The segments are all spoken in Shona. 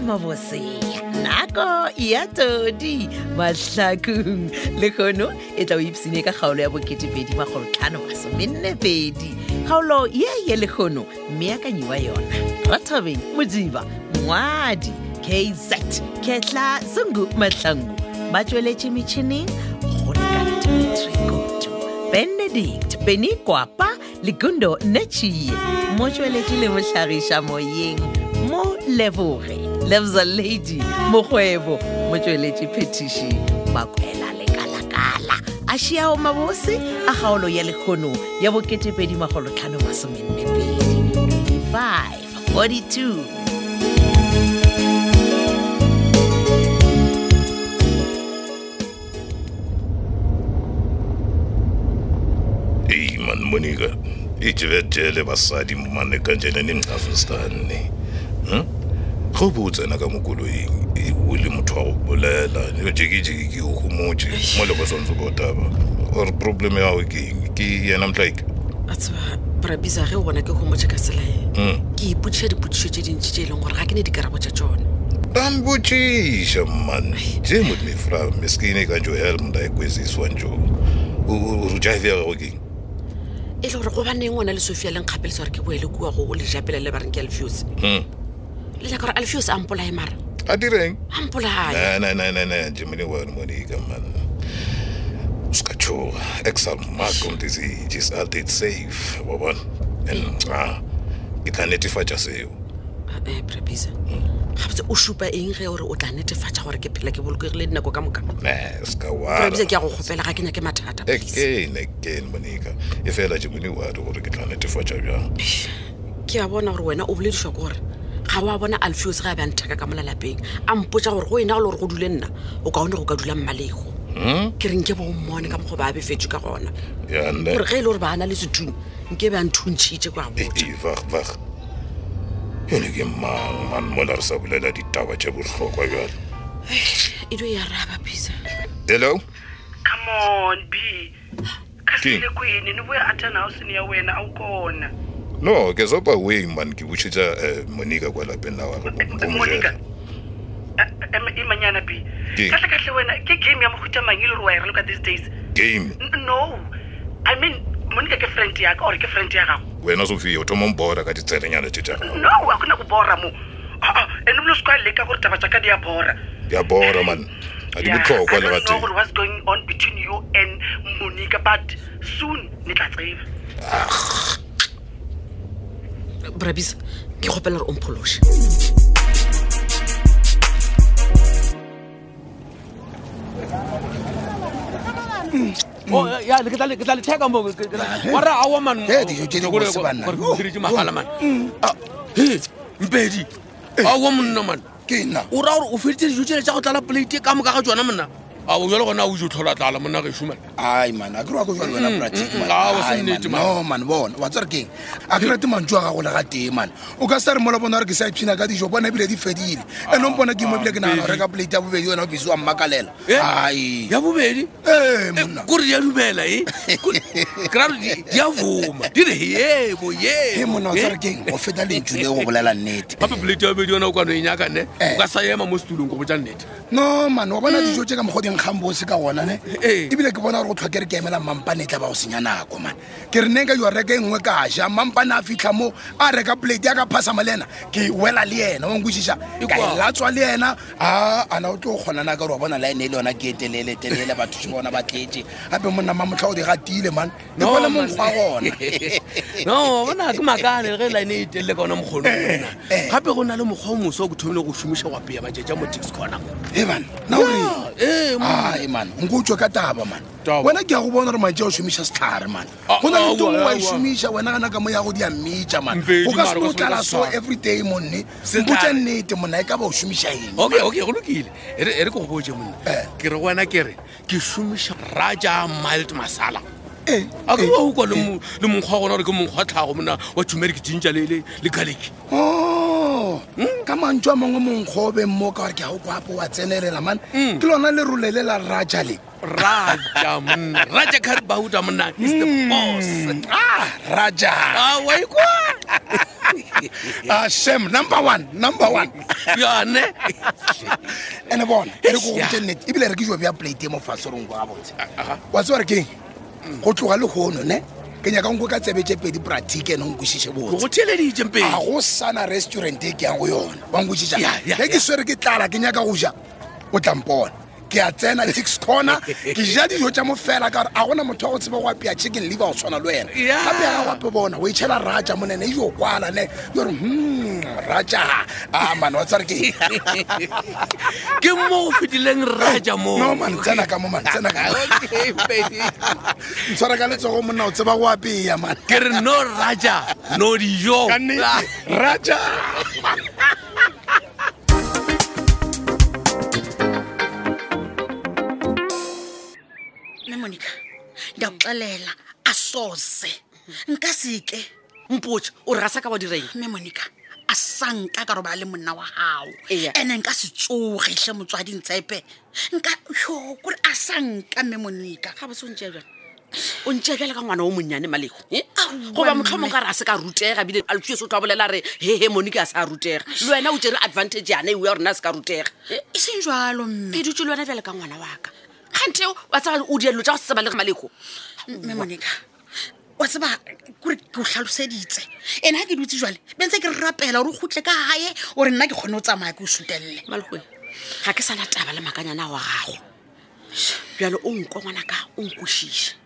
motse nako ya todi mahlakong le kgono e tla o ipsine ka kgaolo ya bokete2edi magolotlhano masomennepedi kgaolo ye ye le kgono meakanyiwa yona rathabeng modiba ngwadi kz ketla sungu mahlangu ba tsweletše metšhineng go lekantmetswekoto benedict beny kwapa legundo nechie mo tsweletše le mohlagiša moyeng mo leboge lebza lady mokgwebo mo tsweletše phetiši makwela lekalakala a šiao mabose a kgaolo ya lekgono ya bo2edi magolotlhano masomenne pedi 25 42 eyi mani monika ijebejele basadi mane kanjena Hm? ningcafisane ga o bo o tsena ka mo koloing e, o le motho wa go bolela jekejeke ke o gomotse mo le bosontse ko taba ore problem ya gago ke eng ke yena motlaike a tseba brabisa ge o bona ke homotse ka selae Hm? ke ipotšiša dipotšišo tše dintši tše e leng gore ga ke ne dikarabo tša tsona tambotshiša mani je mot mefra meskine kanjo helm ndaekweziswa njo rujaefe ya gago ke eng e le gore gobaneng ngwana le sofia le nkgapelisa gore ke boele kua go o lejapela le bareng ke alfios Mm. le nyaka gore alfios a mpolae mara a direng a mpolae nananananajemene wena monika man sikatshoga exal macom disease is aldate safe wa bona and ah, a ke tla netefatša seo Eh, brabisa gabotse o supa eng ge ore o tla netefatša gore ke phela ke bolokegile dinako ka moka ne seka brabisa wara ke ya go kgopela ga ke nyake mathata Eh, please again again monika e fela jemone ware gore ke tla netefatša bjang ke a bona gore wena o boledišwa ke gore ga o a bona alfios ge a be a ntheka ka mo lelapeng a mpotsa gore go ena go le gore go dule nna o kaone go ka dula mmalego ke reng ke bo mmone ka mokgwa ba a befetso ka gona yane gore ge e le gore ba na le sethuno nke be a nthuntšhitše kwa botsa e, vag yone ke mang man mola re sa bolela ditaba tše bohlokwa bjale edio E ya raba pisa hello come on b King. kasile kwini ni vuya atanhausini ya wena a wu kona no ke zopa way man ke botšhetša um monika kwa lapeng la gagwe bo- bo monika mojele. a- em- Eh, imanyana b King. kahle kahle wena ke game ya makhutamang e le ri wa yi reloka these days game N- no i mean monika ke friend yaka or ke friend ya gago wena sofia o thoma mbora ka ditserenyana tše tša gago no a ku na ku borha mo Ah, ande bulo swi kwale ka ku ri taba ta ka di ya borha ke a bora man a di Yeah, I botlhokwa le don't know bateng gore what's going on between you and monica but soon ni tla tseba brabisa ke kgopela gore o mphološe Oh, eh, ya, le ke tla le- ke tla le theka moo, ke- ke tla- wa re aowa, man. He, dijo tse di Mm. Gore- bose banna. gore ke diretse mahala, man. Ah, he, mpedi aowa monna Eh. man ke nna o raya gore o feditse dijo tsele tsa go tlala plate ka moka ga tsona monna ao jalo gona o ijo tlhola tlala monna geso man ai man a kere wa ko jale wena Mm, mm, mm, ah, wa se nnete, man. no man bona wa tsere keng a kere temantso a gago le ga teng man o ka sa re mola bona gore ke sa iphina ka dijo bona ebile di fedile Ah, and ompona ke mo ebile ke nagana go pedi. reka plate ya bobedi wena o bese wa mmakalela Eh? ai ya bobedi ee Eh, monna kore di a dumela e keraro di a voma di re eh, yebo e monna o tsere yebo keng go feta lentso le go bolela nnete gape plate ya bobedi yona o kano e nyaka nne Eh. o ka sa ema mo setulong go botsa nnete no man wa bona dijo tse ka mokgwa dingkgang bose ka gona ne Mm. Eh. ebile ke bona gore go tlhoke re ke emela mampane e tla ba go senya nako man ke re neng ka jwa reka e nngwe ka ja mampane a fitlha mo a reka plate ya ka phasama le ena ke e wela le ena wa nkwešiša E ka kwa. e latswa le ena a ana o tlo kgonana ka gore wa bona line e le yona ke etelele telele batho se bona ba tletse gape monna ma motlha o di gatile man le No, bone man. monkgwa gona no bona ke makane ge line e telele ka ona mokgono ona. eh. gape go na le mokgwa o moso o ke thomile go šomiša go apeya bajeja mo tax corner e man na Ah. ore Eh, mo- ai man nko o tswe ka taba man Taba. wena ke ya go bona gore mantse a o šomiša setlhare man A- go na le aowa, tong wa e aowa. šomiša wena kana ka mo ya go di a mmetša man Mpedi, o ka mare, seno o o ka tlala so swana. every day monne Setlhare. mpotsa nnete monna e ka ba o šomiša eng okay okay go lokile e re e re ke go boje monna Eh. ke re wena ke re ke šomiša raja mild masala Eh, a ke eh, wa ukwa le mo- le monkgwa wa gona gore ke monkgwa wa tlhago monna wa tumeric ginger le- le le garlic Oh, ka Mm. mantso a mangwe monkgo o beng mo ka gore ke a o kwapo wa tsenelela man ke lona lerole le la raja le raja monna raja karibahuta monna is the Mm. boss Ah, Raja. Ah, wa ikwa Ah, Shem, number one, number one. yone ene bona e re ko Yeah. gotse nnete ebile re ke jwa bja plate mo fasorong kwa gabotse aha. wa tsewa re keng go tloga legono ne ke nyaka nko ka tsebe tse pedi pratike ene o nkwešiše ke botse go theleditše mpedi a go sana restaurant e ke yang go yona wa nkwešiša Yeah, yeah, ge ke swere ke tlala ke nyaka go ja o tlampona ke a tsena six corner ke ja dijo tša mo fela ka gore a gona motho wa go tseba go apea chicken leave a go tshwana le wena Yeah. gape ga gape bona o itšhela raja monene e jo kwala ne yore hmm raja a mane wa tsa re ke ke mo go fetileng raja mo Oh. no man tsena ka mo man tsena ka mo. Okay, Mpedi. ntshwara ka letsogo monna o tseba go apea man ke re no raja no dijo Ka nnete. Ah. raja mme monica ndiyakuxelela asoze nkasike mpotse o re ga sa ka wa direng mme monica asanka ka roba le monna wa gago Eya. ene nka se tsogetlhe motswading tsepe nka yo kore asanka mme monica ga botse o ntse jang o ntse jale ka ngwana o monnyane malego eh? Aowa, goba motlho mme. mongwe ka re a se ka rutega bile alfius o tla bolela re hehe monike a sa rutega le wena o tere advantage yana eo ya rona a se ka rutega Eh, e seng jalo ke mme dutse le wena fele ka ngwana waka kgante wa tsaba o dielo tsa go seba le malego mme monica wa tseba kore ke o tlhaloseditse ene ga ke dutse jale bentse ke re rapela gore o gotle ka gae ore nna ke kgone go tsamaya ke o sutelele malegoe ga ke sana taba le makanyana wa gago bjalo o nko ngwanaka o nkošiše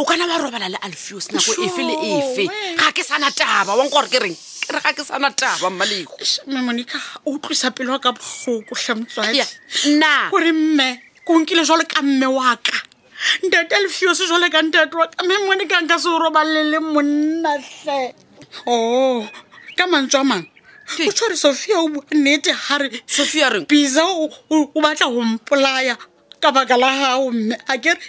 o kana wa robala le alfius nako efe le efe Sure, ga ke sana taba wanko gore ke reng ke re ga ke sana taba mmalego Eish, mme monica o utlwisa pele wa ka botlhoko tlhamotswadi Ya, nna. gore mme ko nkile jalo ka mme wa ka ntate alfiose jalo ka ntate wa ka mme monica nka se o robalele le monnatlhe o ka mantswe a mangwe Ke- o tshware sophia o bua nnete gare Sophia reng? bisa o o- o batla go mpolaya ka baka la gago mme a kere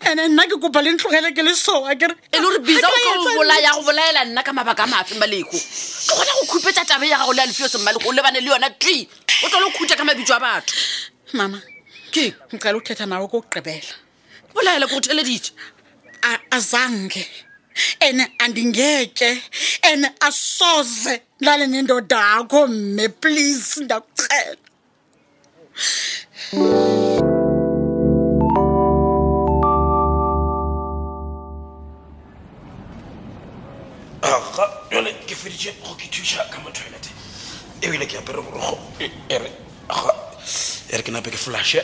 ande nna ke kopa le ntlogele ke le soo a kere e le gore bisa Ha o ka ke la etsa o bolaya go bolaela nna ka mabaka a mafe maleko ke gona go khupetsa tabe ya gago le alfios mmaleko o lebane le yona twi o tlo le khutsa ka mabitso a batho nnete. mama ke ntlale o kgetha nawe ko o qebela bolaela ke go theleditše A- azange ene andingeke ene asoze ndale nendoda akho mme please ndakucela aga jale ke feditše go ke thuša ka mo toilet ebile ke apere borogo e re aga e re ke nape ke flashe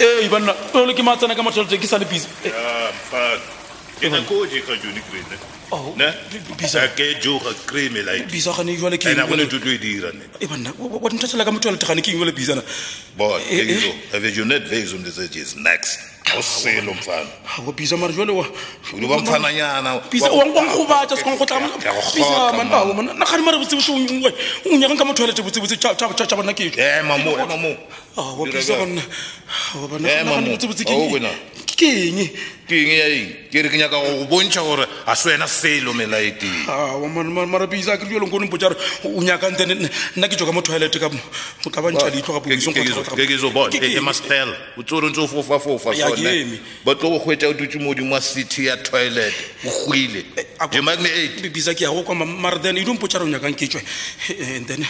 ee banna jale ke matsena ka mo toilet ke sa le busy E, Ah, But ke nakoje ka jone krene Oh, ne bi- bi- bisa. a ke joga kreme like bisa gane jale ke ena go le tutlo e dira ne e banna wa- wa nthatela ka mo toilet gane ke eng jale busana bona Eh, eh. ezo have you net vase on the edges next usilo mfana wa bisa mare jale wa ulo ba mfananyana bisa wangobatsa sekong go tlabisamanao mona nagane mare botsebotse o o nyakang ka mo toilet botsebotse tša bona ke ema mo ema mo Aowa, Dira bisa bjang? banna. Aowa, banna, Eh, nagana mamo. botsebotse ke Ao, eng? wena. ke eng ke eng ya eng ke re ke nyaka go go bontšha gore a se wena selo melaeteng Ah, marapisa kere jalo nkone mpotsa re o nyakang tene nna ke joka mo toilet ka mo o tla bantšha leitlho ga kekezo bone emastel o tsore ntse o fofafofa Ya, ke sone eme. ba tlo go hwetša o dutse modimo wa city ya toilet o hwile jemane eight bisa ke yago kwa mare then edo mpotsa re o nyakang ke tswe Eh, and then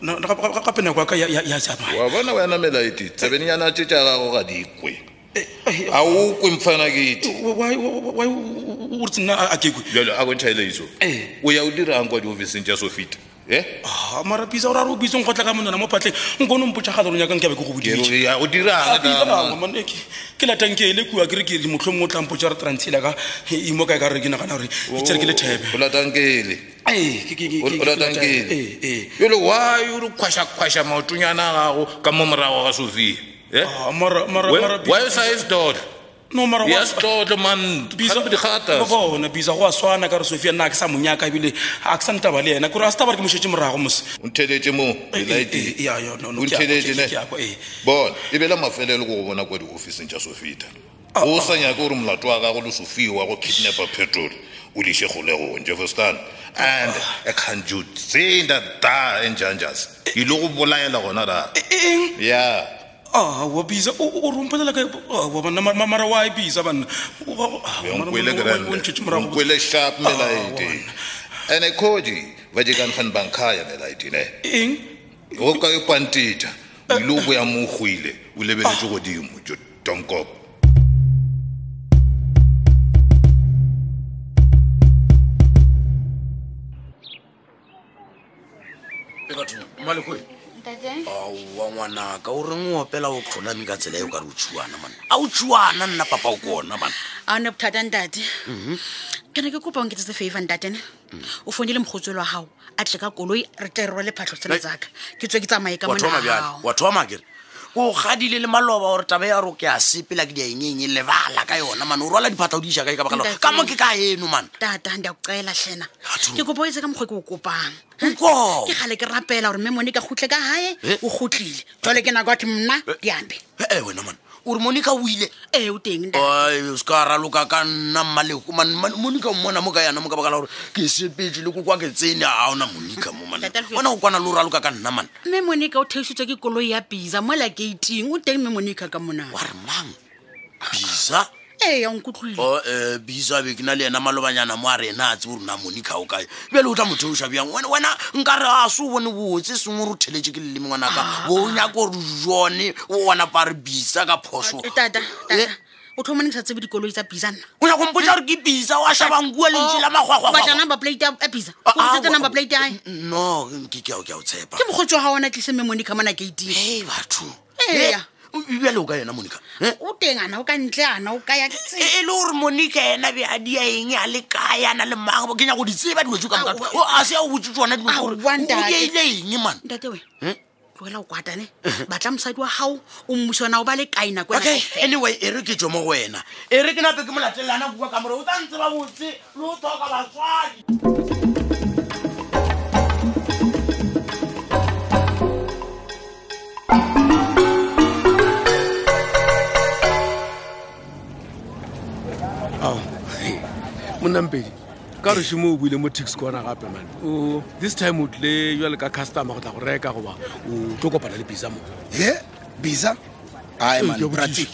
na- na- gape gape nako yaka ya ya- ya tsamaya wa bona wena melaete tsebenyana tše tša gago ga di kwe Eh, ga o kwe mfana kete Wa- wa- wa- wa- o re tsenna a kekwe jalo a kwenthaileiso Eh. Ah, o ya o dirang kwa diofising tša sofita e marapisa o ra re o bisa nkgotla ka monana mo phatlheng nkone o mpotsa gale re o nyakang ke abe ke go o bodie Ah, dirang ka- ke latang ke ele kua kere ke motlho mongwe o tlampotsa re transela ka imo kae ka re ke nagana gore itsere ke o latankele Oh. o eh, latankele jalo why o re kgwasha-kgwasha maotonyana a gago ka mo morago ga sofia e why o sa e setotlo ya setotlo Bisa- mandigata Ba bona, bisa go a swana ka re sofia nna a ke sa monyaka ebile a ke sa ntaba le ena kore a se taba re ke mošetse morago mose o ntheletse mo Eh, eh, eh, ya, ya, no, no, o ke a- ntheletse ke- ke- ke a kwa, eh. ne bona e bela mafelelo ko go bona kwa diofising tša sofita Ah, o sa nyake gore molato wa gago le sofia wa go kidnapa petrol o leše kgolegong jefferston and Ah, a canjutsinda da and janjas ile go bolaela gona ra Eh, eng ya awa bisa o rompelela ka awa banna ma- ma- mara wa e bisa banna O- o- aowa, mara- onkwele o- o- o ntšhitše morago. grandeonkwele sharp melaete ene koji ba jekangan bankaya melaete ne eng o ka e kwanteta o ile o boya mo o goile o lebeletse godimo jo tonkop aowa Oh, ngwanaka o reng o opela o tlholame ka tsela eo ka re o tšhuana mana a o tšhuana nna papa o kona mana a one bothata ntate ke ne ke kopa o nketsetse favor ntatene o fonile mogotso lwa gago a tle ka koloi re tle re rwale phatlho tsela Ai. tsaka ke tswe ke tsamaye ka wa thoma bjale monagao wa thoma kere ko gadile le maloba gore taba ya ro ke a sepela ke diaengeng lebala ka yona mane o rwala diphatla o di iša kae ka baka la- Ntate. ka mo ke ka eno mana tata ndi a ko caela tlhena Atho. ke kopa o etse ka mokgwa ke o kopang Nko. ke gale ke rapela gore mme mone ka gotlhe ka gae Eh. o gotlile jale ke nako athe mna diambe ee wena mana ore monica o ile ee o teng ntate. Ai, o seka raloka ka nna mmaleko Man- Man- monica o mmona mo ka yana mo ka baka la gore ke sepetse le ko kwa ke tsene a ona monica mo mana Ntate Alfred. ona o kwana le o raloka ka nna mana mme monica o theositswe ke koloi ya bisa mola gating o teng mme monica ka monao wa re mang bisa ee ya nkutlwile o um bisa be ke na le ena malobanyana mo a re ena a tse gore na monica o kae bjale o tla motheoša bjang wena wena nka re a se o bone botse sengwe re o theletše ke leleme ngwanaka bo o nyaka gore jone o ona pa re bisa ka phoso Eh, tata Eh, tata o tlhomane ke sa tsebe dikoloi tsa bisa nna o nyaka mpotsa gore ke bisa o a šhabankua lentši la Oh, batla magwagwa number plate ya- ya bisa Ah, ah, wa- otsetse number plate ya hae. no ke ke ao ke ao tshepa ke mokgotsi wa ga ona tlise mme monica mona gating e batho Eh, Eya. bjale o ka yena monica Eh? o teng ana o ka ntle ana o ka ya ke tsebe e e le gore monica ena be a dia eng a le kae a na le mang bo kenya go di tseba dilo tse ka moka Aowa. O, a se a o botse tsona dilo gore Aowa, ntate. okeile eng man ntate we Eh? tlogela o kwatane batla mosadi wa gago o mmusi ona o ba le kae nako ena okay kaofela. anyway e re ke tswe mo go wena e re ke nape ke molatelelana bua ka more o tsa ntse ba botse le o thoka baswadi monnampedi Oh, ka re šimo o buile mo tax corner gape man o this time o tlile jale ka customer go tla go reka goba o tlo kopana le bisa mo he bisa ae Ee, Ah, man Eh, ke a botšiša. bratic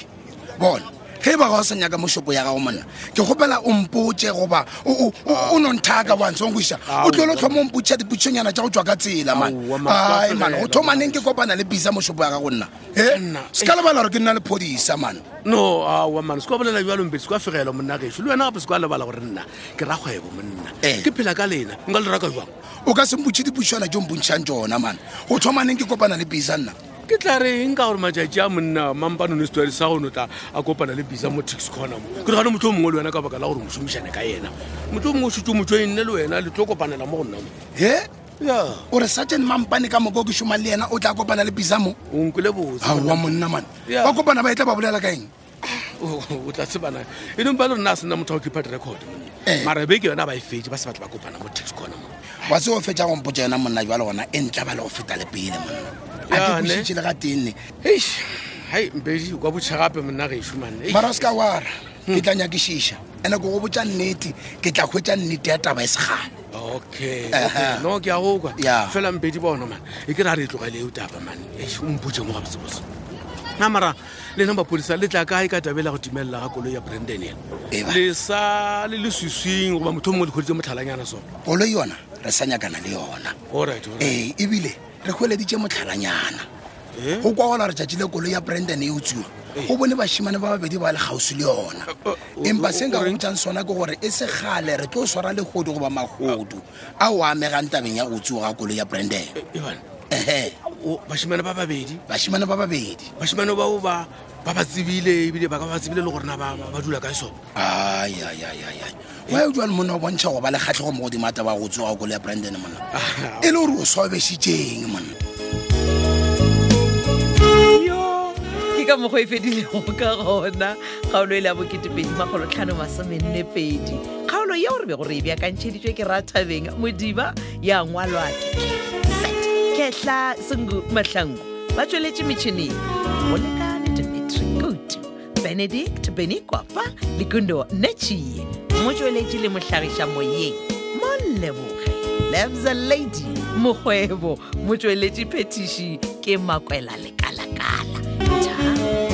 bona ge ba ga o sa nyaka mo shopo ya gago monna ke gopela o mpotse goba o- o- Ah. o- o nonthaka once o nkoisa o Aowa. tlole o tlhoma o mpotsa dipotšonyana tša go tswa ka tsela man Aowa, mas- ae man mafelela, go thomaneng ke kopana le bisa mo shopo ya gago nna e Nna, eh. se ka lebala gore ke nna le phodisa man no aa man se kwa bolela jalongpedi se kwa fegela monna gešo le wena gape se kwa lebala gore nna ke ra kgwebo monna Eh. ke phela ka lena nka le raka jang o ka se mpotse dipotšona jo mpontšhang tsona man go thomaneng ke kopana le bisa nna ke tla reng ka gore matšatši a monna mampanone setori sa gone o tla a kopana le bisa mo tax corner mo ke regane motlho o mongwe le wena ka baka la gore o mosomišane ka ena motlho o mongwe o setse motho e nne le wena le tlo kopanela mo go nna mo he ya o re sergeant mampane ka moka o ke šomang le ena o tla kopana le bisa mo o nkole botse aowa monna man Yeah. ba kopana ba etla ba bolela ka eng o o tla tsebana e leng ba le rena a se nna motho a o kepa direcod Eh. mara be ke yona ba e fetse ba se batla ba kopana mo tax corner mo wa se o fetsa gompotsa yona monna jwa le gona e ntla ba le go feta le pele monna a Yane. ke kositse le ka tenne eish hai mpedi o ka botšha gape monna e ge ešomane mara o se ka wara Hmm. ke tla nyakešiša ande ko go botsa nnete ke tla kgwetsa nnete ya taba e segane okay Aha. okay. no ke a go kwa Yeah. fela mpedi bona mane e ke re a re e tlogele eo taba mane o mpotse mo gabotsebotse na mara lena maphodisa le tla kae ka tabela go timelela ga koloi ya branden ena Eba. le sa le le swiswing goba motho o mongwe le kgoditse motlhalanyana sone koloi yona re sa nyakana le yona alright ee ebile re kgweleditše motlhalanyana Eh? go kwa gola re tšatši le koloi ya branden e utsiwa o bone bašimane ba babedi ba le kgauswi le yona Ee. o- Eh, o- empa se nka o- o- gotsang sona ke gore e segale re tlo swara legodu goba magodu a o amegang tabeng ya go utsiwa ga koloi ya branden evan ehe bašimane ba babedi bašimane ba babedi bašimane bao ba ba ba tsebile ebile ba ka ba tsebile le gorena ba ba- ba dula kae sone aiaiaiai wa e jale monna o bontšha go ba le kgatlhego mo godimo a taba go tsoga kolo ya branden monna e le gore o sobešitseng monna yo ke ka mokgwa e fedilego ka gona kgaolo e le ya bokete2edi magolotlhano masomenne pedi kgaolo yeo re be gore e bjakantšheditšwe ke rathabeng modiba ya ngwalwa ke set ketla sengu mahlangu ba tsweletše metšhineng molekane dimitri kutu benedict benikwapa le kundo nechie motsweletše le mohlagiša moyeng molleboge lebza lady mokgwebo motsweletši phetiši ke makwela lekala makalakala thabo